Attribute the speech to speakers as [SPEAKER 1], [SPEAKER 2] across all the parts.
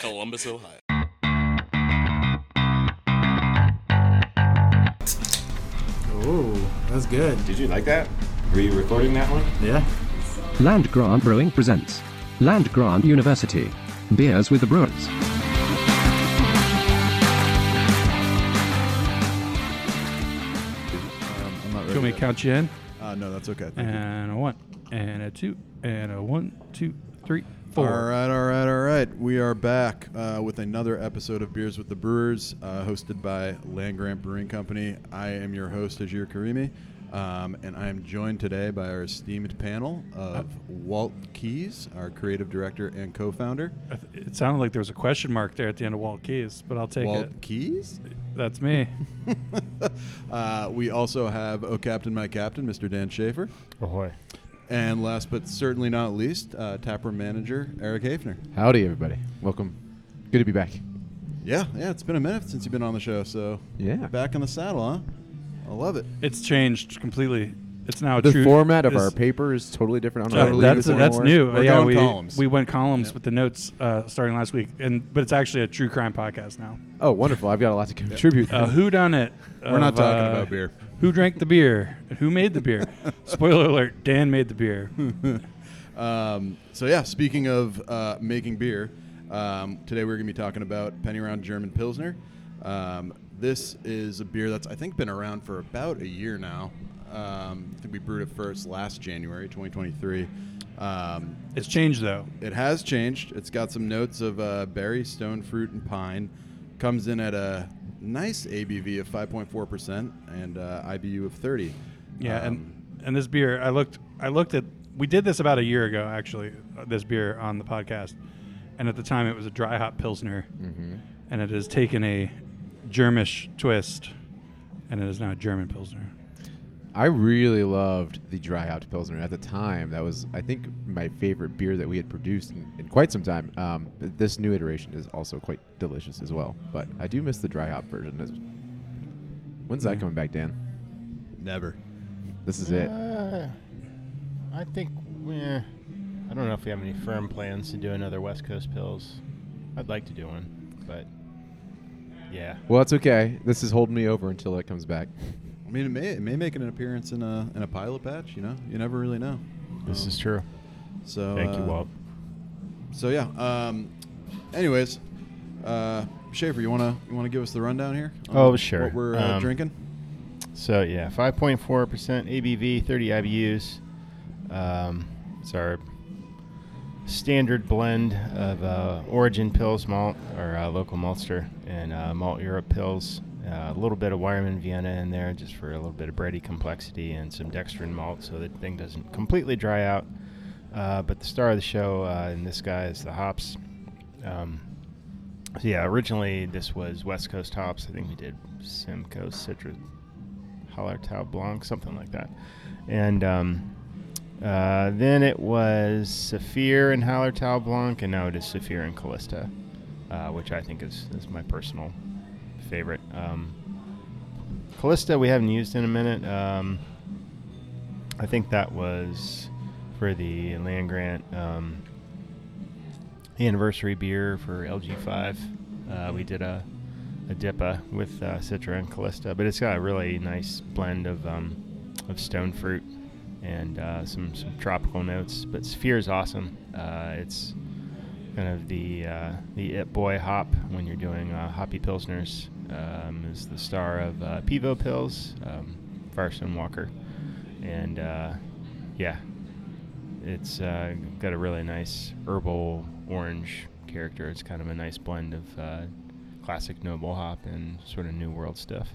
[SPEAKER 1] Columbus, Ohio.
[SPEAKER 2] Ooh, that's good.
[SPEAKER 3] Did you like that? Were you recording that one?
[SPEAKER 2] Yeah.
[SPEAKER 4] Land Grant Brewing presents Land Grant University Beers with the Brewers.
[SPEAKER 5] Um, I'm not ready.
[SPEAKER 6] Show me
[SPEAKER 5] yet.
[SPEAKER 6] count you in.
[SPEAKER 5] Uh, no, that's okay. Thank you.
[SPEAKER 6] And a one, and a two, and a one, two, three,
[SPEAKER 5] All
[SPEAKER 6] four.
[SPEAKER 5] right, all right, all right. We are back uh, with another episode of Beers with the Brewers, uh, hosted by Land Grant Brewing Company. I am your host, Ajir Karimi, um, and I am joined today by our esteemed panel of Walt Keys, our creative director and co-founder.
[SPEAKER 6] I th- It sounded like there was a question mark there at the end of Walt Keys, but I'll take
[SPEAKER 5] Walt
[SPEAKER 6] it.
[SPEAKER 5] Keys.
[SPEAKER 6] That's me.
[SPEAKER 5] Uh, we also have Oh Captain, My Captain, Mr. Dan Schaefer,
[SPEAKER 3] Ahoy.
[SPEAKER 5] and last but certainly not least, uh, taproom manager Eric Hafner.
[SPEAKER 7] Howdy, everybody. Welcome. Good to be back.
[SPEAKER 5] Yeah, yeah, it's been a minute since you've been on the show, so
[SPEAKER 7] Yeah.
[SPEAKER 5] back in the saddle, huh? I love it.
[SPEAKER 6] It's changed completely. It's now a
[SPEAKER 7] The
[SPEAKER 6] true
[SPEAKER 7] format of
[SPEAKER 6] is-
[SPEAKER 7] our paper is totally different. I don't
[SPEAKER 6] Uh,
[SPEAKER 7] know what
[SPEAKER 6] that's
[SPEAKER 7] it is
[SPEAKER 6] that's
[SPEAKER 7] anymore.
[SPEAKER 6] new.
[SPEAKER 5] We're
[SPEAKER 6] yeah,
[SPEAKER 5] going
[SPEAKER 6] we
[SPEAKER 5] columns.
[SPEAKER 6] we went columns with the notes uh, starting last week, and but it's actually a true crime podcast now.
[SPEAKER 7] Oh, wonderful. I've got a lot to contribute.
[SPEAKER 6] Uh, who done it? uh,
[SPEAKER 5] We're not talking about beer.
[SPEAKER 6] Who drank the beer? and Who made the beer? Spoiler alert: Dan made the beer.
[SPEAKER 5] Hmm. Um, so yeah, speaking of uh, making beer, um, today we're going to be talking about Penny Round German Pilsner. Um, this is a beer that's I think been around for about a year now. Um, I think we brewed it first last January 2023. Um,
[SPEAKER 6] It's changed though.
[SPEAKER 5] it has changed. It's got some notes of uh, berry, stone fruit, and pine. Comes in at a nice ABV of 5.4% and uh, IBU of 30.
[SPEAKER 6] Yeah,
[SPEAKER 5] Um,
[SPEAKER 6] and and this beer, I looked, I looked at. We did this about a year ago, actually. uh, This beer on the podcast, and at the time it was a dry hop pilsner, and it has taken a Germish twist, and it is now a German pilsner.
[SPEAKER 7] I really loved the dry hopped pilsner at the time. That was, I think, my favorite beer that we had produced in, in quite some time. Um, this new iteration is also quite delicious as well. But I do miss the dry hop version. As- When's
[SPEAKER 5] Hmm.
[SPEAKER 7] that coming back, Dan?
[SPEAKER 5] never.
[SPEAKER 7] This is it.
[SPEAKER 3] Uh, I think we're. I don't know if we have any firm plans to do another West Coast Pills. I'd like to do one, but yeah.
[SPEAKER 7] Well, it's okay. This is holding me over until it comes back.
[SPEAKER 5] I mean, it may, it may make an appearance in a in a pilot batch. You know, you never really know.
[SPEAKER 3] This is true.
[SPEAKER 5] So
[SPEAKER 3] Thank you,
[SPEAKER 5] uh,
[SPEAKER 3] Walt.
[SPEAKER 5] So yeah. Um, anyways, uh, Schaefer, you wanna you wanna give us the rundown here? on
[SPEAKER 3] Oh, sure.
[SPEAKER 5] What we're uh,
[SPEAKER 3] Um,
[SPEAKER 5] drinking?
[SPEAKER 3] So yeah, 5.4% ABV, 30 IBUs. Um, it's our standard blend of uh, origin pills malt or uh, local maltster and uh, malt Europe pills. Uh, a little bit of Wireman Vienna in there just for a little bit of bready complexity and some dextrin malt so that thing doesn't completely dry out. Uh, but the star of the show uh, in this guy is the hops. Um, so yeah, originally this was West Coast hops. I think we did Simcoe Citrus Hallertau Blanc, something like that. And um, uh, then it was Saphir and Hallertau Blanc, and now it is Saphir and Callista, uh, which I think is, is my personal favorite. Um, Callista we haven't used in a minute. Um, I think that was for the land grant um, anniversary beer for LG5. Uh, we did a a dippa with uh, Citra and Callista, but it's got a really nice blend of um, of stone fruit and uh, some some tropical notes. But Sphere is awesome. Uh, it's kind of the uh, the it boy hop when you're doing uh, hoppy pilsners. Um, is the star of uh, Pivo Pills, um, Farson Walker, and uh, yeah, it's uh, got a really nice herbal orange character. It's kind of a nice blend of uh, classic noble hop and sort of new world stuff.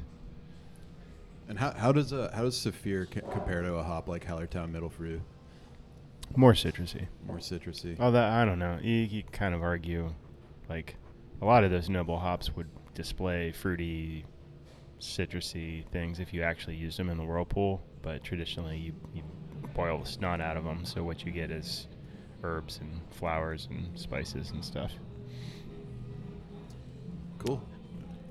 [SPEAKER 5] And how, how does uh, how does Saphir c- compare to a hop like Hallertown Middle for you?
[SPEAKER 3] More citrusy.
[SPEAKER 5] More citrusy.
[SPEAKER 7] Oh,
[SPEAKER 3] Although I don't know, you, you kind of argue, like a lot of those noble hops would display fruity, citrusy things if you actually use them in the whirlpool. But traditionally, you, you boil the snot out of them, so what you get is herbs and flowers and spices and stuff.
[SPEAKER 5] Cool.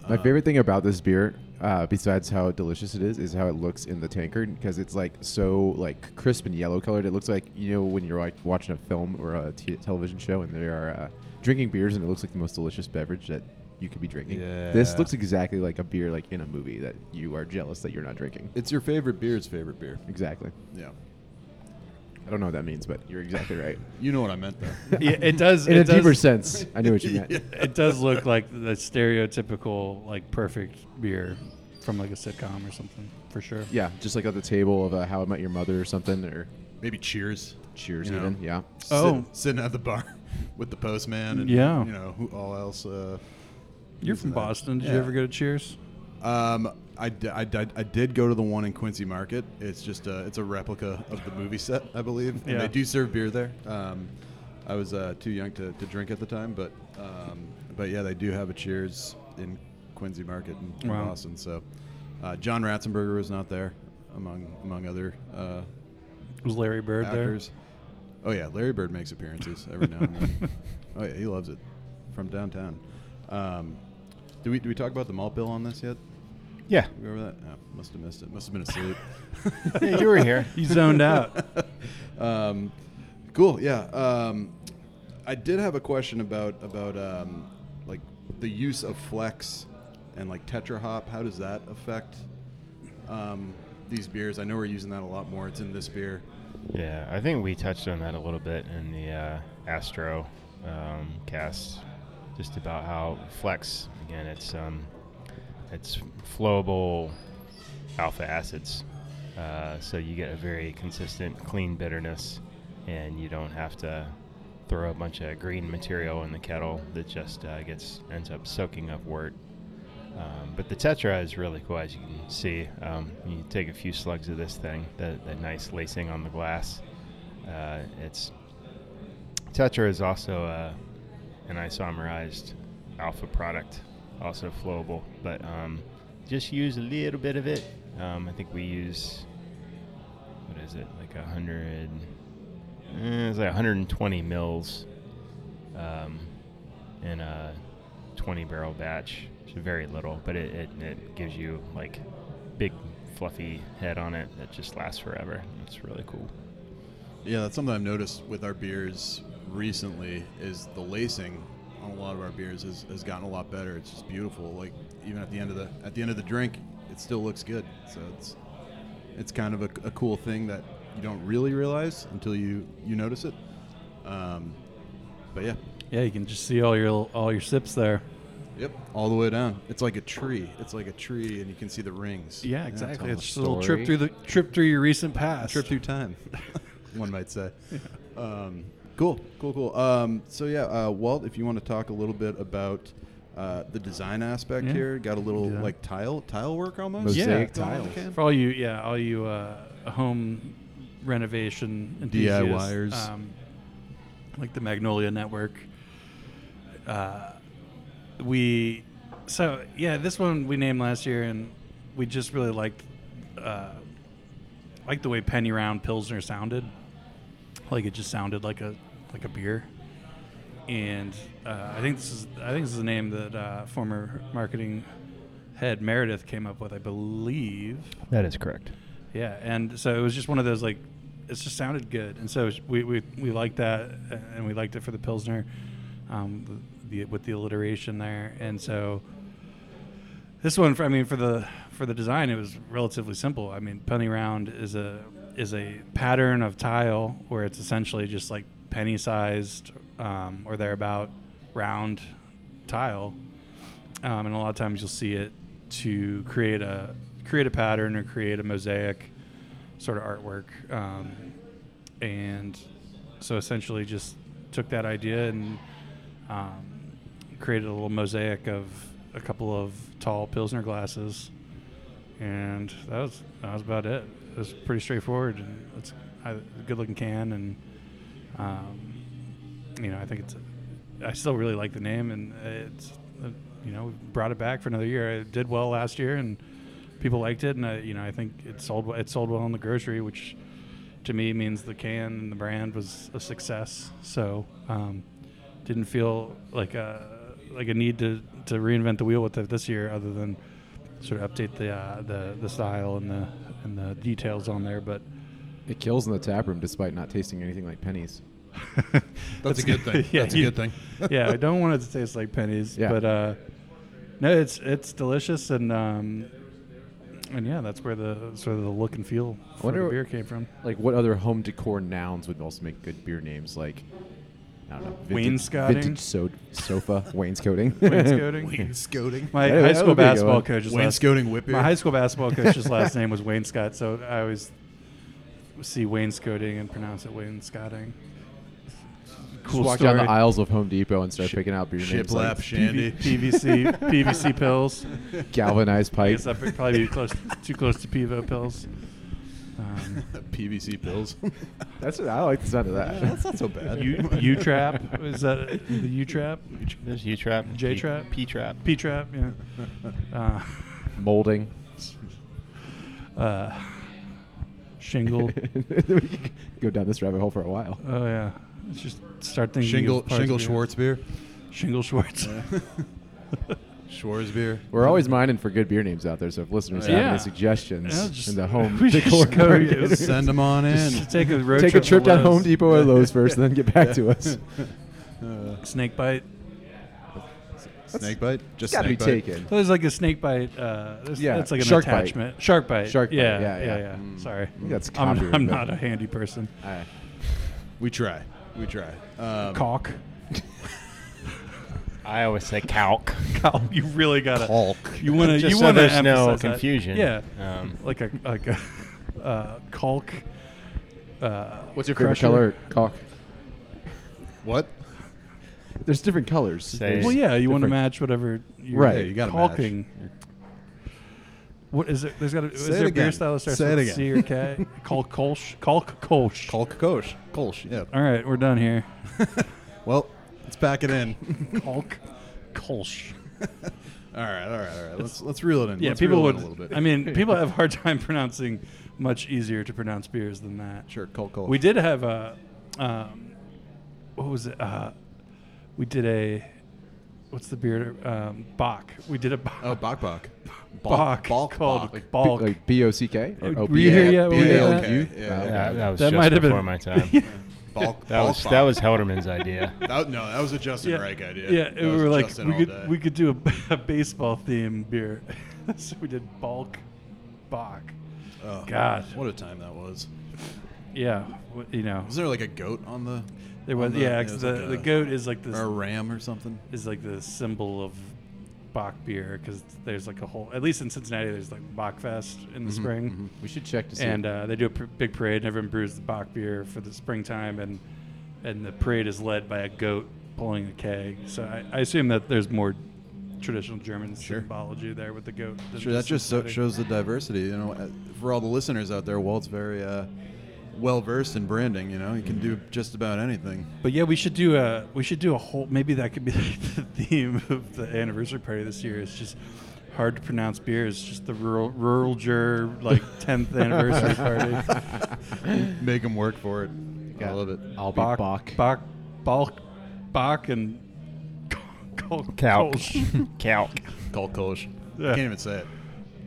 [SPEAKER 5] Uh,
[SPEAKER 7] My favorite thing about this beer, uh, besides how delicious it is, is how it looks in the tankard because it's like so like crisp and yellow colored. It looks like you know when you're like watching a film or a t- television show and they are uh, drinking beers and it looks like the most delicious beverage that you could be drinking. This
[SPEAKER 3] Yeah.
[SPEAKER 7] looks exactly like a beer like in a movie that you are jealous that you're not drinking.
[SPEAKER 5] It's your favorite beer's favorite beer.
[SPEAKER 7] Exactly.
[SPEAKER 5] Yeah.
[SPEAKER 7] I don't know what that means, but you're exactly right.
[SPEAKER 5] You know what I meant, though.
[SPEAKER 6] Yeah, it does.
[SPEAKER 7] in
[SPEAKER 6] it
[SPEAKER 7] a
[SPEAKER 6] does,
[SPEAKER 7] deeper sense, I knew what you meant.
[SPEAKER 6] it does look like the stereotypical like perfect beer from like a sitcom or something for sure.
[SPEAKER 7] Yeah, just like at the table of uh, How I Met Your Mother or something, or
[SPEAKER 5] Maybe cheers.
[SPEAKER 7] Cheers
[SPEAKER 5] You know.
[SPEAKER 7] even. Yeah.
[SPEAKER 6] Oh.
[SPEAKER 5] Sit- sitting at the bar with the postman and,
[SPEAKER 6] Yeah.
[SPEAKER 5] you know, who all else. Uh,
[SPEAKER 6] You're
[SPEAKER 5] Using
[SPEAKER 6] from
[SPEAKER 5] that.
[SPEAKER 6] Boston. Did
[SPEAKER 5] Yeah.
[SPEAKER 6] you ever go to Cheers?
[SPEAKER 5] um, I, d- I, d- I did go to the one in Quincy Market. It's just a, it's a replica of the movie set, I believe. And
[SPEAKER 6] Yeah.
[SPEAKER 5] they do serve beer there. Um, I was uh, too young to, to drink at the time, but um, but yeah, they do have a Cheers in Quincy Market in, in
[SPEAKER 6] Wow.
[SPEAKER 5] Boston. So uh, John Ratzenberger was not there, among among other uh,
[SPEAKER 6] Was Larry Bird
[SPEAKER 5] actors. Oh yeah, Larry Bird makes appearances every now and then. oh yeah, he loves it from downtown. Um, do we do we talk about the malt bill on this yet?
[SPEAKER 3] Yeah.
[SPEAKER 5] We Remember that? Oh, must have missed it. Must have been asleep.
[SPEAKER 3] yeah, you were here.
[SPEAKER 6] there? He zoned out.
[SPEAKER 5] um, cool. Yeah. Um, I did have a question about about um, like the use of flex and like tetra hop. How does that affect um, these beers? I know we're using that a lot more. It's in this beer.
[SPEAKER 3] Yeah, I think we touched on that a little bit in the uh, Astro um, cast, just about how flex again. It's um, it's flowable alpha acids, uh, so you get a very consistent, clean bitterness, and you don't have to throw a bunch of green material in the kettle that just uh, gets ends up soaking up wort. Um, but the tetra is really cool, as you can see. Um, you take a few slugs of this thing, the, the nice lacing on the glass. Uh, it's tetra is also uh, an isomerized alpha product, also flowable. But um, just use a little bit of it. Um, I think we use what is it like a hundred? Eh, it's like 120 mils. Um, in a 20 barrel batch. It's very little, but it, it, it gives you like big fluffy head on it that just lasts forever. It's really cool.
[SPEAKER 5] Yeah, that's something I've noticed with our beers recently is the lacing on a lot of our beers has, has gotten a lot better. It's just beautiful. Like even at the end of the at the end of the drink, it still looks good. So it's it's kind of a, a cool thing that you don't really realize until you you notice it. Um, but yeah,
[SPEAKER 6] yeah, you can just see all your all your sips there.
[SPEAKER 5] yep, all the way down. It's like a tree. It's like a tree, and you can see the rings.
[SPEAKER 6] Yeah, exactly.
[SPEAKER 7] all
[SPEAKER 6] it's
[SPEAKER 7] the
[SPEAKER 6] just a little
[SPEAKER 7] story.
[SPEAKER 6] trip through the trip through your recent past.
[SPEAKER 5] trip through time, one might say. Um, cool, cool, cool. Um, so yeah, uh, Walt, if you want to talk a little bit about uh, the design aspect
[SPEAKER 6] Yeah.
[SPEAKER 5] here, got a little
[SPEAKER 6] Yeah.
[SPEAKER 5] like tile tile work almost.
[SPEAKER 7] Mosaic
[SPEAKER 6] Yeah.
[SPEAKER 5] Going on the
[SPEAKER 7] tiles.
[SPEAKER 5] can?
[SPEAKER 6] For all you, yeah, all you uh, home renovation enthusiasts,
[SPEAKER 5] DIYers.
[SPEAKER 6] um, like the Magnolia Network. Uh, we, so yeah, this one we named last year, and we just really liked, uh, liked the way Penny Round Pilsner sounded. Like it just sounded like a like a beer. And uh, I think this is I think this is the name that uh, former marketing head Meredith came up with, I believe.
[SPEAKER 3] That is correct.
[SPEAKER 6] Yeah, and so it was just one of those like, it just sounded good, and so we we, we liked that, uh, and we liked it for the pilsner, um, the, with the alliteration there, and so this one, for, I mean, for the for the design, it was relatively simple. I mean, penny round is a is a pattern of tile where it's essentially just like penny sized um, or thereabout round tile um, and a lot of times you'll see it to create a create a pattern or create a mosaic sort of artwork um, and so essentially just took that idea and um, created a little mosaic of a couple of tall pilsner glasses and that was that was about it it was pretty straightforward and it's a good looking can and um, you know i think it's I still really like the name, and it's uh, you know brought it back for another year. It did well last year, and people liked it, and I, you know I think it sold well- it sold well in the grocery, which to me means the can and the brand was a success. So um, didn't feel like a like a need to, to reinvent the wheel with it this year, other than sort of update the uh, the the style and the and the details on there. But
[SPEAKER 7] It kills in the tap room despite not tasting anything like pennies.
[SPEAKER 6] That's
[SPEAKER 5] That's a good thing.
[SPEAKER 6] yeah,
[SPEAKER 5] That's a
[SPEAKER 6] you-
[SPEAKER 5] good thing.
[SPEAKER 6] yeah, I don't want it to taste like pennies,
[SPEAKER 7] Yeah.
[SPEAKER 6] but uh, no, it's it's delicious and um, and yeah, that's where the sort of the look and feel for
[SPEAKER 7] Wonder-
[SPEAKER 6] the beer came from.
[SPEAKER 7] Like what other home decor nouns would also make good beer names? Like I don't know, vintage,
[SPEAKER 6] Wainscoting?
[SPEAKER 7] vintage so- sofa, wainscoting,
[SPEAKER 6] Wainscoting.
[SPEAKER 5] Wainscoting.
[SPEAKER 6] My
[SPEAKER 7] Yeah,
[SPEAKER 6] high
[SPEAKER 7] that
[SPEAKER 6] school
[SPEAKER 7] would be a good
[SPEAKER 6] basketball
[SPEAKER 7] one.
[SPEAKER 6] coach's last
[SPEAKER 5] Wainscoting whip
[SPEAKER 6] my high
[SPEAKER 5] beer.
[SPEAKER 6] school basketball coach's last name was Wayne Scott, so I always see wainscoting and pronounce it wainscoting.
[SPEAKER 7] Just
[SPEAKER 6] Cool
[SPEAKER 7] walk
[SPEAKER 6] story.
[SPEAKER 7] down the aisles of Home Depot and start
[SPEAKER 5] Ship-
[SPEAKER 7] picking out beer names
[SPEAKER 5] Shiplap,
[SPEAKER 7] like
[SPEAKER 5] shandy.
[SPEAKER 6] PVC PVC pills.
[SPEAKER 7] galvanized
[SPEAKER 6] I
[SPEAKER 7] pipe.
[SPEAKER 6] guess that'd probably be close, too close to Pivo pills. Um,
[SPEAKER 5] PVC pills.
[SPEAKER 7] That's what I like the sound of that.
[SPEAKER 5] that's not so bad.
[SPEAKER 6] Uh, U U trap is that the U trap,
[SPEAKER 3] There's U trap,
[SPEAKER 6] J trap?
[SPEAKER 3] P trap.
[SPEAKER 6] P trap? Yeah. Uh,
[SPEAKER 7] Molding.
[SPEAKER 6] uh, shingle.
[SPEAKER 7] we could go down this rabbit hole for a while.
[SPEAKER 6] Oh yeah. Let's just start thinking. of
[SPEAKER 5] Shingle
[SPEAKER 6] parts
[SPEAKER 5] Shingle
[SPEAKER 6] of beer.
[SPEAKER 5] Schwartz beer.
[SPEAKER 6] Shingle Schwartz.
[SPEAKER 5] Schwartz beer.
[SPEAKER 7] We're always mining for good beer names out there, so if listeners have
[SPEAKER 6] Yeah.
[SPEAKER 7] any suggestions
[SPEAKER 6] Yeah, just-
[SPEAKER 7] in the home
[SPEAKER 6] we should
[SPEAKER 7] decor
[SPEAKER 6] just go
[SPEAKER 7] market,
[SPEAKER 6] do-
[SPEAKER 5] Send them on in.
[SPEAKER 6] Just take a road
[SPEAKER 7] take a
[SPEAKER 6] trip to
[SPEAKER 7] trip down
[SPEAKER 6] Lowe's.
[SPEAKER 7] Home Depot or Lowe's first, and then get back to us.
[SPEAKER 6] Snake bite.
[SPEAKER 5] Snake bite. Just
[SPEAKER 7] Got to be
[SPEAKER 5] snake bite.
[SPEAKER 7] taken.
[SPEAKER 6] There's like a snake bite. Uh, there's-
[SPEAKER 7] Yeah,
[SPEAKER 6] That's like an
[SPEAKER 7] shark bite.
[SPEAKER 6] attachment. Shark bite.
[SPEAKER 7] Shark bite,
[SPEAKER 6] Yeah.
[SPEAKER 7] yeah,
[SPEAKER 6] Yeah.
[SPEAKER 7] yeah. Mm.
[SPEAKER 6] yeah. Sorry.
[SPEAKER 7] that's
[SPEAKER 6] I'm,
[SPEAKER 7] copyright,
[SPEAKER 6] I'm
[SPEAKER 7] but-
[SPEAKER 6] not a handy person.
[SPEAKER 7] Alright.
[SPEAKER 5] We try. We try. Um,
[SPEAKER 6] Caulk.
[SPEAKER 3] I always say calc.
[SPEAKER 6] Cow. You really gotta.
[SPEAKER 5] Hulk.
[SPEAKER 6] You want to.
[SPEAKER 3] Just
[SPEAKER 6] you
[SPEAKER 3] so
[SPEAKER 6] want
[SPEAKER 3] there's
[SPEAKER 6] to
[SPEAKER 3] no
[SPEAKER 6] emphasize that.
[SPEAKER 3] confusion.
[SPEAKER 6] Yeah.
[SPEAKER 3] Um,
[SPEAKER 6] like a like a uh, caulk. Uh,
[SPEAKER 7] What's your
[SPEAKER 6] crusher.
[SPEAKER 7] color? Caulk.
[SPEAKER 5] What?
[SPEAKER 7] There's different colors.
[SPEAKER 3] Say-
[SPEAKER 6] Well, yeah, you want to
[SPEAKER 7] Different-
[SPEAKER 6] match whatever. You're
[SPEAKER 7] Right. Yeah,
[SPEAKER 5] you gotta match.
[SPEAKER 6] caulking. What is it? There's got to. Is
[SPEAKER 5] Say it
[SPEAKER 6] there a beer
[SPEAKER 5] again.
[SPEAKER 6] style that starts
[SPEAKER 5] Say it
[SPEAKER 6] with
[SPEAKER 5] again.
[SPEAKER 6] C or K? Caulk Kolsch. Caulk Kolsch.
[SPEAKER 5] Hulk Kosh. Kolsch. Yeah.
[SPEAKER 6] All right, we're done here.
[SPEAKER 5] Well, let's pack it in.
[SPEAKER 6] Caulk Kolsch.
[SPEAKER 5] All right. All right. All right. Let's let's reel it in.
[SPEAKER 6] Yeah,
[SPEAKER 5] Let's
[SPEAKER 6] people
[SPEAKER 5] reel it
[SPEAKER 6] would.
[SPEAKER 5] in a little bit.
[SPEAKER 6] I mean, people have a hard time pronouncing much easier to pronounce beers than that.
[SPEAKER 5] sure. Hulk Kosh.
[SPEAKER 6] We did have a, um, what was it? Uh, we did a, what's the beer? Um, Bach. We did a Bach.
[SPEAKER 5] Oh, Bok Bok.
[SPEAKER 6] Bach.
[SPEAKER 5] Bach.
[SPEAKER 6] called
[SPEAKER 5] Bach.
[SPEAKER 7] B-
[SPEAKER 6] Balk.
[SPEAKER 7] like B O C K or
[SPEAKER 6] Uh,
[SPEAKER 7] O
[SPEAKER 6] were
[SPEAKER 7] P
[SPEAKER 6] you
[SPEAKER 7] A?
[SPEAKER 6] here yet when we did
[SPEAKER 5] Yeah,
[SPEAKER 6] that?
[SPEAKER 5] okay.
[SPEAKER 7] You?
[SPEAKER 5] Yeah.
[SPEAKER 7] Uh,
[SPEAKER 3] that, that was
[SPEAKER 6] That
[SPEAKER 3] just
[SPEAKER 6] might have
[SPEAKER 3] before
[SPEAKER 6] been-
[SPEAKER 3] my time.
[SPEAKER 5] Balk.
[SPEAKER 3] That was that was Helderman's idea.
[SPEAKER 5] That, no, that was a Justin
[SPEAKER 6] yeah,
[SPEAKER 5] Reich idea.
[SPEAKER 6] yeah.
[SPEAKER 5] That
[SPEAKER 6] We
[SPEAKER 5] was
[SPEAKER 6] were like,
[SPEAKER 5] Justin
[SPEAKER 6] we
[SPEAKER 5] all
[SPEAKER 6] could
[SPEAKER 5] day.
[SPEAKER 6] we could do a, a baseball themed beer, so we did Balk, Bach.
[SPEAKER 5] Oh,
[SPEAKER 6] God.
[SPEAKER 5] what a time that was.
[SPEAKER 6] Yeah, w- you know,
[SPEAKER 5] Was there like a goat on the?
[SPEAKER 6] there was
[SPEAKER 5] on the-
[SPEAKER 6] yeah.
[SPEAKER 5] it
[SPEAKER 6] 'cause
[SPEAKER 5] was
[SPEAKER 6] the,
[SPEAKER 5] like
[SPEAKER 6] the
[SPEAKER 5] a-
[SPEAKER 6] goat is like this
[SPEAKER 5] or a ram or something?
[SPEAKER 6] is like the symbol of Bach beer because there's like a whole at least in Cincinnati there's like Bach Fest in
[SPEAKER 5] Mm-hmm,
[SPEAKER 6] the spring
[SPEAKER 7] We should check to see.
[SPEAKER 6] and uh, they do a pr- big parade and everyone brews the Bach beer for the springtime and and the parade is led by a goat pulling a keg so I, I assume that there's more traditional German symbology there with the goat than
[SPEAKER 5] Sure, that just so,
[SPEAKER 6] Cincinnati.
[SPEAKER 5] shows the diversity. You know, Uh, for all the listeners out there, Walt's very uh, well versed in branding. You know, he can do just about anything.
[SPEAKER 6] But yeah, we should do a we should do a whole. Maybe that could be like the theme of the anniversary party this year. It's just hard to pronounce beers. Just the rural rural jur like tenth anniversary party.
[SPEAKER 5] Make him work for it. I
[SPEAKER 7] Yeah.
[SPEAKER 5] love it.
[SPEAKER 7] I'll be
[SPEAKER 6] Bach
[SPEAKER 7] Bach.
[SPEAKER 6] Bach Bach Bach and Col-
[SPEAKER 3] Calc. calc.
[SPEAKER 5] Call Kolsch.
[SPEAKER 6] Yeah.
[SPEAKER 5] I can't even say it.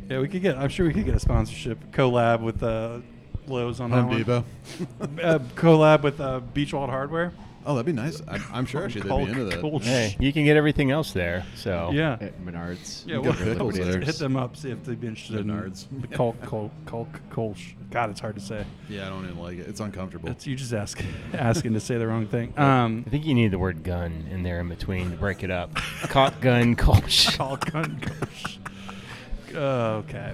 [SPEAKER 6] Yeah, we could get. I'm sure we could get a sponsorship collab with uh, Lowe's on that
[SPEAKER 5] Home
[SPEAKER 6] one.
[SPEAKER 5] Depot.
[SPEAKER 6] Uh, collab with uh, Beachwald Hardware.
[SPEAKER 5] Oh, that'd be nice. I'm, I'm sure actually they'd
[SPEAKER 6] Col-
[SPEAKER 5] be into that.
[SPEAKER 6] Kolsch.
[SPEAKER 3] Hey, you can get everything else there. So
[SPEAKER 6] Yeah.
[SPEAKER 7] At Menards.
[SPEAKER 6] Yeah,
[SPEAKER 5] You got
[SPEAKER 6] well,
[SPEAKER 5] pickles there.
[SPEAKER 6] hit them up, see if they'd be interested in
[SPEAKER 5] Menards.
[SPEAKER 6] the Kolk, Kolk, Kolk, Kolsch. God, it's hard to say.
[SPEAKER 5] Yeah, I don't even like it. It's uncomfortable.
[SPEAKER 6] That's you just ask, asking to say the wrong thing. Um,
[SPEAKER 3] I think you need the word gun in there in between to break it up. Cock gun colch.
[SPEAKER 6] Kolk, Kolk, Kolsch. Uh, okay.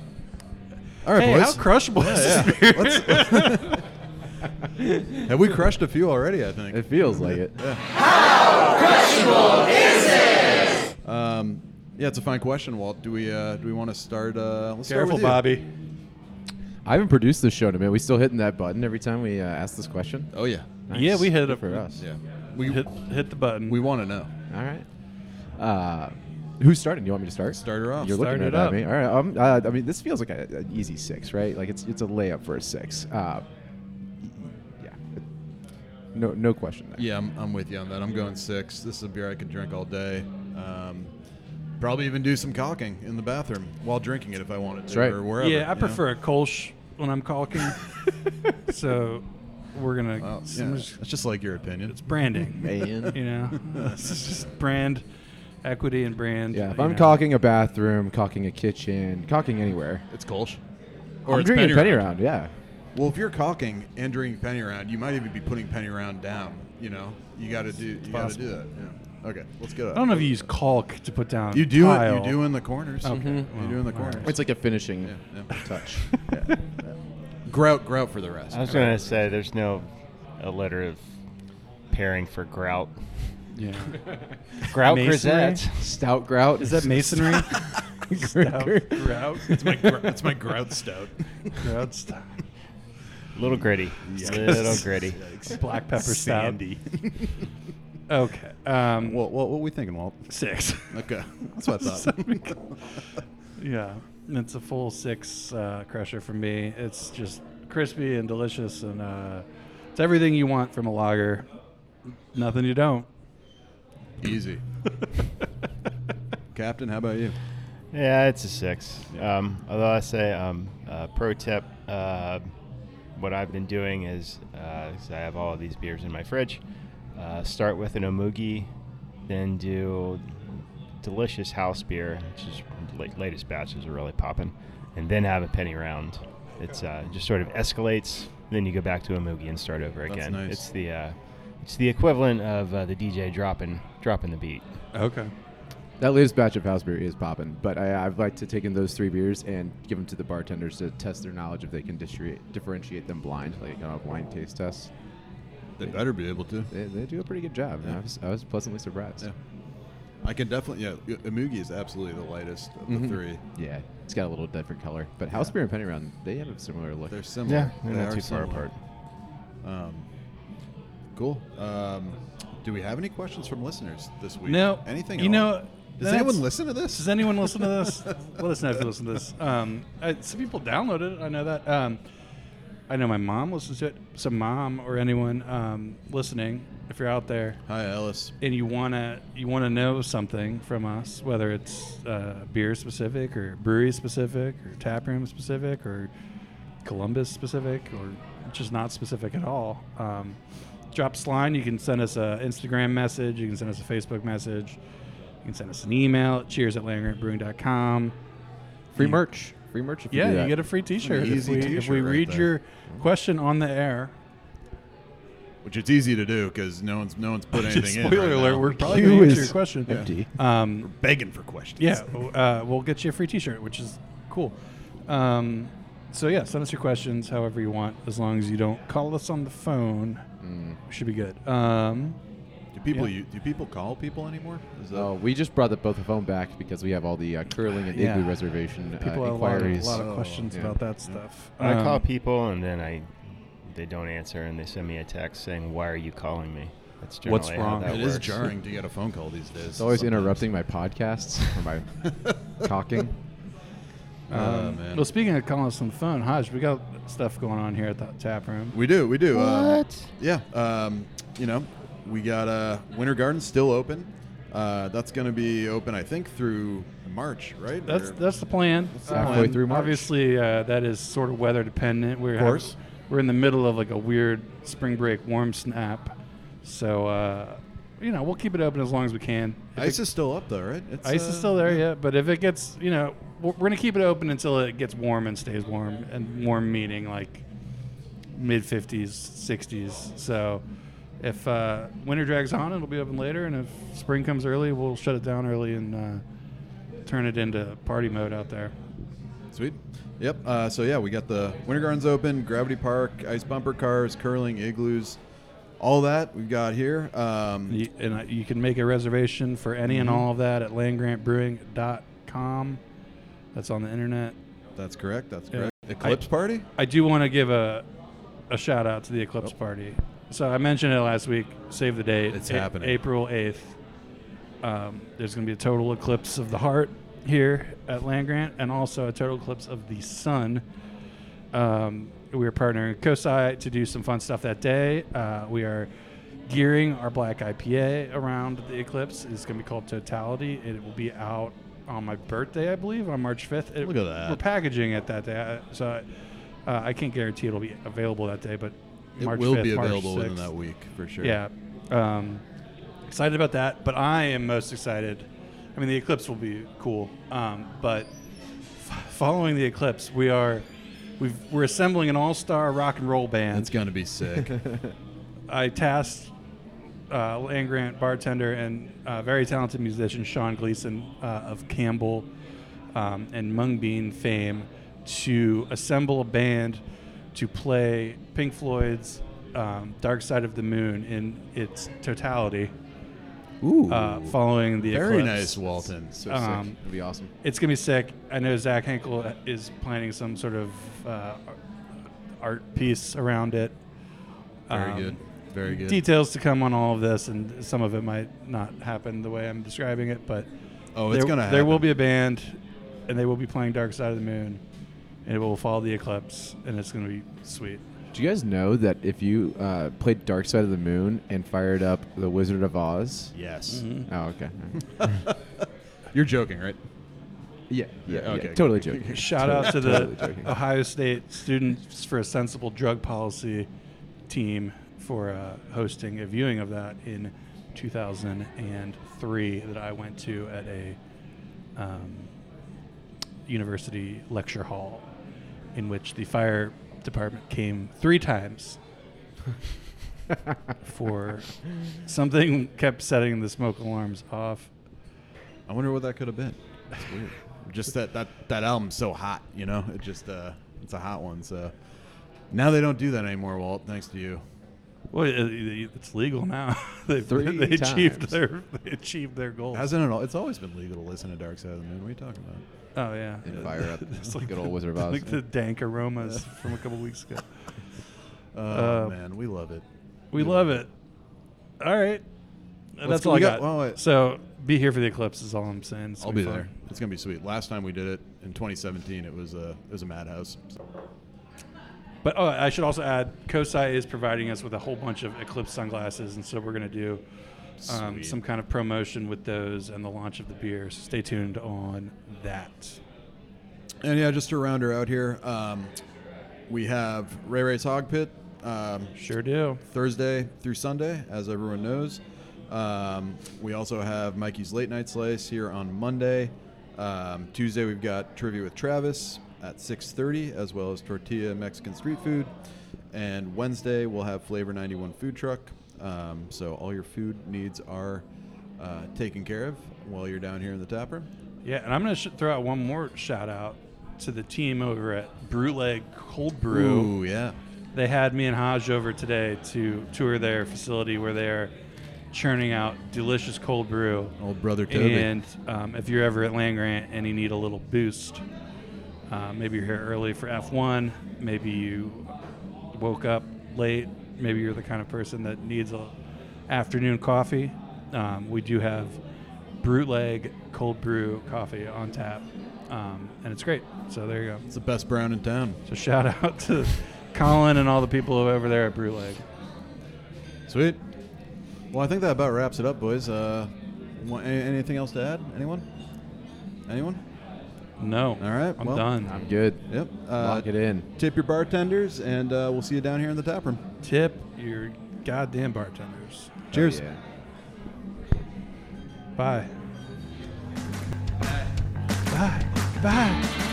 [SPEAKER 5] all right,
[SPEAKER 6] Hey, how
[SPEAKER 5] boys.
[SPEAKER 6] crushable is this
[SPEAKER 5] Yeah,
[SPEAKER 6] beer?
[SPEAKER 5] yeah. Let's- Have we crushed a few already? I think.
[SPEAKER 7] It feels like it.
[SPEAKER 5] yeah, it's a fine question, Walt. Do we uh, do we want to start? Uh, let's start
[SPEAKER 6] Careful,
[SPEAKER 5] with you.
[SPEAKER 6] Bobby.
[SPEAKER 7] I haven't produced this show in a minute. We still hitting that button every time we uh, ask this question.
[SPEAKER 5] Oh yeah,
[SPEAKER 6] Yeah,
[SPEAKER 7] Nice.
[SPEAKER 6] we hit
[SPEAKER 7] Good
[SPEAKER 6] it
[SPEAKER 7] for us.
[SPEAKER 5] yeah. We
[SPEAKER 6] Hit, hit the button.
[SPEAKER 5] we want to know.
[SPEAKER 7] All right. Uh, who's starting? You want me to start?
[SPEAKER 5] Start her off.
[SPEAKER 7] You're
[SPEAKER 6] Start
[SPEAKER 7] looking
[SPEAKER 6] it
[SPEAKER 7] right at
[SPEAKER 6] up.
[SPEAKER 7] me. All right. Um, uh, I mean, this feels like a, an easy six, right? Like it's it's a layup for a six. Uh, yeah. No no question there.
[SPEAKER 5] Yeah, I'm, I'm with you on that. I'm going six. This is a beer I could drink all day. Um, probably even do some caulking in the bathroom while drinking it if I wanted to,
[SPEAKER 7] That's right.
[SPEAKER 5] or wherever. you
[SPEAKER 6] yeah, I
[SPEAKER 5] know?
[SPEAKER 6] prefer a Kolsch when I'm caulking. so we're gonna.
[SPEAKER 5] Well,
[SPEAKER 6] so
[SPEAKER 5] yeah,
[SPEAKER 6] we're
[SPEAKER 5] that's
[SPEAKER 6] just-
[SPEAKER 5] just like your opinion.
[SPEAKER 6] it's branding,
[SPEAKER 7] Man.
[SPEAKER 6] you know. It's just brand equity and brand.
[SPEAKER 7] yeah, if
[SPEAKER 6] you
[SPEAKER 7] I'm
[SPEAKER 6] know.
[SPEAKER 7] caulking a bathroom, caulking a kitchen, caulking anywhere,
[SPEAKER 5] It's Kolsch.
[SPEAKER 7] I'm
[SPEAKER 5] it's
[SPEAKER 7] drinking
[SPEAKER 5] penny
[SPEAKER 7] penny
[SPEAKER 5] round.
[SPEAKER 7] round. Yeah,
[SPEAKER 5] Well, if you're caulking and drinking penny round, you might even be putting penny round down. You know, you got to do. You got to do that. Yeah. Okay, let's get.
[SPEAKER 6] I don't know if you use caulk to put down.
[SPEAKER 5] You do
[SPEAKER 6] tile.
[SPEAKER 5] it. You do in the corners. You do in the
[SPEAKER 6] all right.
[SPEAKER 5] corners.
[SPEAKER 7] it's like a finishing
[SPEAKER 5] Yeah, yeah.
[SPEAKER 7] touch.
[SPEAKER 5] Grout, grout for the rest.
[SPEAKER 3] I was going to say there's no a letter of pairing for grout.
[SPEAKER 6] Yeah.
[SPEAKER 3] Grout
[SPEAKER 6] Masonry?
[SPEAKER 3] grisette.
[SPEAKER 7] Stout grout.
[SPEAKER 6] Is that masonry? Stout, grout. It's my
[SPEAKER 5] That's my grout stout.
[SPEAKER 6] grout stout.
[SPEAKER 3] Little gritty. Little gritty.
[SPEAKER 6] Black pepper Sandy. Okay. Um,
[SPEAKER 5] Well, what, what we thinking, Walt?
[SPEAKER 6] six.
[SPEAKER 5] Okay, that's what I thought.
[SPEAKER 6] yeah, it's a full six uh, crusher for me. It's just crispy and delicious, and uh, it's everything you want from a lager. Nothing you don't.
[SPEAKER 5] Easy. Captain, how about you?
[SPEAKER 3] Yeah, it's a six. Um, although I say, um, uh, pro tip, uh, what I've been doing is, uh, 'cause I have all of these beers in my fridge, uh, start with an omugi, then do delicious house beer, which is like latest batches are really popping, and then have a penny round. It's uh, just sort of escalates. Then you go back to omugi and start over again.
[SPEAKER 5] nice.
[SPEAKER 3] It's the uh, it's the equivalent of uh, the DJ dropping dropping the beat.
[SPEAKER 6] Okay.
[SPEAKER 7] That latest batch of house beer is popping, but I, I'd like to take in those three beers and give them to the bartenders to test their knowledge if they can differentiate, differentiate them blind, like on a blind taste test.
[SPEAKER 5] They better be able to.
[SPEAKER 7] They, they do a pretty good job. and I, was, I was pleasantly surprised.
[SPEAKER 5] Yeah. I can definitely. Yeah, Amugi is absolutely the lightest of the
[SPEAKER 7] Mm-hmm.
[SPEAKER 6] Mm-hmm.
[SPEAKER 5] three.
[SPEAKER 7] Yeah, it's got a little different color, but house beer and penny round they have a similar look.
[SPEAKER 5] They're similar.
[SPEAKER 3] they're
[SPEAKER 5] They
[SPEAKER 3] not
[SPEAKER 5] are
[SPEAKER 3] too
[SPEAKER 5] similar.
[SPEAKER 3] far apart.
[SPEAKER 5] Cool. Um, do we have any questions from listeners this week?
[SPEAKER 6] No.
[SPEAKER 5] Anything?
[SPEAKER 6] You
[SPEAKER 5] at all?
[SPEAKER 6] know,
[SPEAKER 5] does anyone
[SPEAKER 6] that's-
[SPEAKER 5] listen to this?
[SPEAKER 6] Does anyone listen to this? Let us know if you listen to this. Um, I, some people download it. I know that. Um, I know my mom listens to it. So, mom or anyone um, listening, if you're out there,
[SPEAKER 5] Hi, Ellis.
[SPEAKER 6] and you wanna you wanna know something from us, whether it's uh, beer specific or brewery specific or taproom specific or Columbus specific or just not specific at all, um, drop us a line. You can send us a Instagram message. You can send us a Facebook message. You can send us an email at cheers at langerbrewing.com.
[SPEAKER 7] free merch. Free merch. If
[SPEAKER 6] Yeah,
[SPEAKER 7] you, do
[SPEAKER 6] you
[SPEAKER 7] that.
[SPEAKER 6] get a free T-shirt if
[SPEAKER 5] Easy
[SPEAKER 6] we, if
[SPEAKER 5] t-shirt
[SPEAKER 6] we
[SPEAKER 5] right
[SPEAKER 6] read
[SPEAKER 5] there.
[SPEAKER 6] your question on the air.
[SPEAKER 5] Which it's easy to do because no one's no one's put anything in.
[SPEAKER 6] Spoiler
[SPEAKER 5] right
[SPEAKER 6] alert:
[SPEAKER 5] now.
[SPEAKER 6] We're probably
[SPEAKER 7] Queue
[SPEAKER 6] going to answer
[SPEAKER 7] is
[SPEAKER 6] your question.
[SPEAKER 7] empty.
[SPEAKER 6] Um,
[SPEAKER 5] begging for questions.
[SPEAKER 6] Yeah, w- uh, we'll get you a free T-shirt, which is cool. Um, so yeah, send us your questions however you want, as long as you don't call us on the phone.
[SPEAKER 7] Mm.
[SPEAKER 6] We should be good. Um,
[SPEAKER 5] Do people
[SPEAKER 6] Yeah.
[SPEAKER 5] You, do people call people anymore? Is that,
[SPEAKER 7] So we just brought the, both the phone back because we have all the uh, curling and
[SPEAKER 6] Yeah.
[SPEAKER 7] igloo reservation uh,
[SPEAKER 6] people have a lot, of,
[SPEAKER 7] inquiries. Oh,
[SPEAKER 6] lot of questions
[SPEAKER 7] yeah.
[SPEAKER 6] about that stuff.
[SPEAKER 3] I
[SPEAKER 6] Um,
[SPEAKER 3] call people and then I they don't answer and they send me a text saying why are you calling me? That's generally
[SPEAKER 6] What's wrong?
[SPEAKER 3] How that
[SPEAKER 5] it
[SPEAKER 3] works.
[SPEAKER 5] is jarring to get a phone call these days.
[SPEAKER 7] It's always
[SPEAKER 5] sometimes.
[SPEAKER 7] interrupting my podcasts or my talking.
[SPEAKER 3] um,
[SPEAKER 5] Oh, man.
[SPEAKER 6] Um, Well, speaking of calling us on the phone, Hodge, we got stuff going on here at the tap room.
[SPEAKER 5] We do, we do. What? yeah, um, you know, we got uh, Winter Garden still open. Uh, that's going to be open, I think, through March, right?
[SPEAKER 6] That's
[SPEAKER 5] Or-
[SPEAKER 6] that's the plan.
[SPEAKER 5] the halfway
[SPEAKER 6] Um,
[SPEAKER 7] through March.
[SPEAKER 6] Obviously, uh, that is sort of weather dependent. We're
[SPEAKER 5] Of course.
[SPEAKER 6] we're in the middle of like a weird spring break warm snap, so uh, you know we'll keep it open as long as we can. If
[SPEAKER 5] ice
[SPEAKER 6] it-
[SPEAKER 5] is still up though, right? It's,
[SPEAKER 6] ice
[SPEAKER 5] uh,
[SPEAKER 6] is still there, yeah. But if it gets, you know, we're, we're gonna keep it open until it gets warm and stays warm, and warm meaning like mid 50s, 60s. So if uh, winter drags on, it'll be open later, and if spring comes early, we'll shut it down early and uh, turn it into party mode out there.
[SPEAKER 5] Sweet. Yep. Uh, so yeah, we got the Winter Gardens open, Gravity Park, ice bumper cars, curling, igloos, all that we've got here. Um,
[SPEAKER 6] You, and uh, you can make a reservation for any and all of that at landgrantbrewing.com. That's on the internet.
[SPEAKER 5] That's correct. That's
[SPEAKER 6] Yeah.
[SPEAKER 5] correct. Eclipse party.
[SPEAKER 6] I do want to give a a shout out to the Eclipse Party. So I mentioned it last week. Save the date.
[SPEAKER 5] Oh. It's
[SPEAKER 6] A-
[SPEAKER 5] happening.
[SPEAKER 6] April eighth. Um, there's going to be a total eclipse of the heart here at Land Grant, and also a total eclipse of the sun. Um, we are partnering with Kosai to do some fun stuff that day. Uh, we are gearing our black IPA around the eclipse. It's going to be called Totality. It will be out on my birthday, I believe, on March 5th. It-
[SPEAKER 5] Look at that.
[SPEAKER 6] We're packaging it that day. I- So uh, I can't guarantee it'll be available that day, but
[SPEAKER 5] It
[SPEAKER 6] March
[SPEAKER 5] will
[SPEAKER 6] 5th,
[SPEAKER 5] be
[SPEAKER 6] March
[SPEAKER 5] available within
[SPEAKER 6] 6th.
[SPEAKER 5] that week for sure.
[SPEAKER 6] Yeah. Um, excited about that, but I am most excited. I mean, the eclipse will be cool, um, but f- following the eclipse, we are we've, we're assembling an all-star rock and roll band.
[SPEAKER 5] That's gonna be sick.
[SPEAKER 6] I tasked uh, Land Grant, bartender, and uh, very talented musician Sean Gleason uh, of Campbell um, and Mung Bean fame to assemble a band to play Pink Floyd's um, Dark Side of the Moon in its totality
[SPEAKER 7] Ooh,
[SPEAKER 6] uh, following the
[SPEAKER 5] Very
[SPEAKER 6] eclipse.
[SPEAKER 5] nice, Walton.
[SPEAKER 7] so
[SPEAKER 6] um,
[SPEAKER 7] sick. It'd be awesome.
[SPEAKER 6] It's gonna be sick. I know Zach Henkel is planning some sort of uh, art piece around it.
[SPEAKER 5] Very
[SPEAKER 6] Um,
[SPEAKER 5] good. Very good.
[SPEAKER 6] details to come on all of this, and some of it might not happen the way I'm describing it, but
[SPEAKER 5] Oh, it's
[SPEAKER 6] there,
[SPEAKER 5] gonna.
[SPEAKER 6] there will
[SPEAKER 5] happen.
[SPEAKER 6] be a band, and they will be playing Dark Side of the Moon, and it will follow the eclipse, and it's going to be sweet.
[SPEAKER 7] Do you guys know that if you uh, played Dark Side of the Moon and fired up The Wizard of Oz?
[SPEAKER 6] Mm-hmm.
[SPEAKER 5] Yes.
[SPEAKER 7] Oh, okay.
[SPEAKER 5] You're joking, right?
[SPEAKER 7] yeah, yeah,
[SPEAKER 5] Okay,
[SPEAKER 7] yeah. Totally joking.
[SPEAKER 6] Shout out to the Oh.
[SPEAKER 7] Totally joking.
[SPEAKER 6] Ohio State Students for a Sensible Drug Policy team for uh, hosting a viewing of that in 2003 that I went to at a um, university lecture hall in which the fire department came three times for something kept setting the smoke alarms off.
[SPEAKER 5] I wonder what that could have been. It's weird. just that that that album's so hot, you know. It just uh, it's a hot one. So now they don't do that anymore, Walt. Thanks to you.
[SPEAKER 6] Well, it- it- it's legal now. they
[SPEAKER 7] Three
[SPEAKER 6] they achieved
[SPEAKER 7] times.
[SPEAKER 6] their they achieved their goals.
[SPEAKER 5] Hasn't it all? It's always been legal to listen to Dark Side of the Moon. What are you talking about?
[SPEAKER 6] oh yeah,
[SPEAKER 7] And fire up
[SPEAKER 6] It's like
[SPEAKER 7] good
[SPEAKER 6] the-
[SPEAKER 7] old Wizard of Oz.
[SPEAKER 6] Like the dank aromas from a couple weeks ago.
[SPEAKER 5] Oh
[SPEAKER 6] Uh,
[SPEAKER 5] man, we love it.
[SPEAKER 6] We love it. All right, that's
[SPEAKER 5] go-
[SPEAKER 6] all
[SPEAKER 5] we
[SPEAKER 6] I
[SPEAKER 5] got-
[SPEAKER 6] got.
[SPEAKER 5] well, wait.
[SPEAKER 6] so be here for the eclipse is all I'm saying. It's
[SPEAKER 5] I'll
[SPEAKER 6] gonna
[SPEAKER 5] be there.
[SPEAKER 6] fun.
[SPEAKER 5] It's gonna be sweet. Last time we did it in 2017, it was a it was a madhouse. So
[SPEAKER 6] But oh, I should also add, Kosai is providing us with a whole bunch of eclipse sunglasses, and so we're gonna do um,
[SPEAKER 5] Sweet.
[SPEAKER 6] some kind of promotion with those and the launch of the beer. So stay tuned on that.
[SPEAKER 5] And yeah, just to round her out here, um, we have Ray Ray's Hog Pit um,
[SPEAKER 6] Sure do.
[SPEAKER 5] Thursday through Sunday, as everyone knows. Um, we also have Mikey's Late Night Slice here on Monday. Um, Tuesday we've got Trivia with Travis at 6:30, as well as Tortilla Mexican Street Food. And Wednesday we'll have Flavor 91 Food Truck. Um, so all your food needs are uh, taken care of while you're down here in the tap room.
[SPEAKER 6] Yeah, and I'm going to sh- throw out one more shout out to the team over at Brewleg Cold Brew.
[SPEAKER 5] Ooh, yeah.
[SPEAKER 6] They had me and Haj over today to tour their facility where they're churning out delicious cold brew.
[SPEAKER 5] Old brother Toby.
[SPEAKER 6] And um, if you're ever at Land Grant and you need a little boost, uh, maybe you're here early for F1, maybe you woke up late, maybe you're the kind of person that needs a afternoon coffee. Um, we do have Brewleg cold brew coffee on tap, um, and it's great. So there you go.
[SPEAKER 5] it's the best brown in town.
[SPEAKER 6] So shout out to Colin and all the people over there at Brewleg.
[SPEAKER 5] Sweet. Well, I think that about wraps it up, boys. Uh, wa- a- anything else to add? Anyone? Anyone?
[SPEAKER 6] No,
[SPEAKER 5] All right,
[SPEAKER 6] I'm
[SPEAKER 5] well,
[SPEAKER 6] done.
[SPEAKER 7] I'm good.
[SPEAKER 5] Yep. Uh,
[SPEAKER 7] Lock it in.
[SPEAKER 5] tip your bartenders, and uh, we'll see you down here in the tap room.
[SPEAKER 6] Tip your goddamn bartenders.
[SPEAKER 5] Cheers.
[SPEAKER 7] Oh, yeah.
[SPEAKER 6] Bye. Bye. Bye.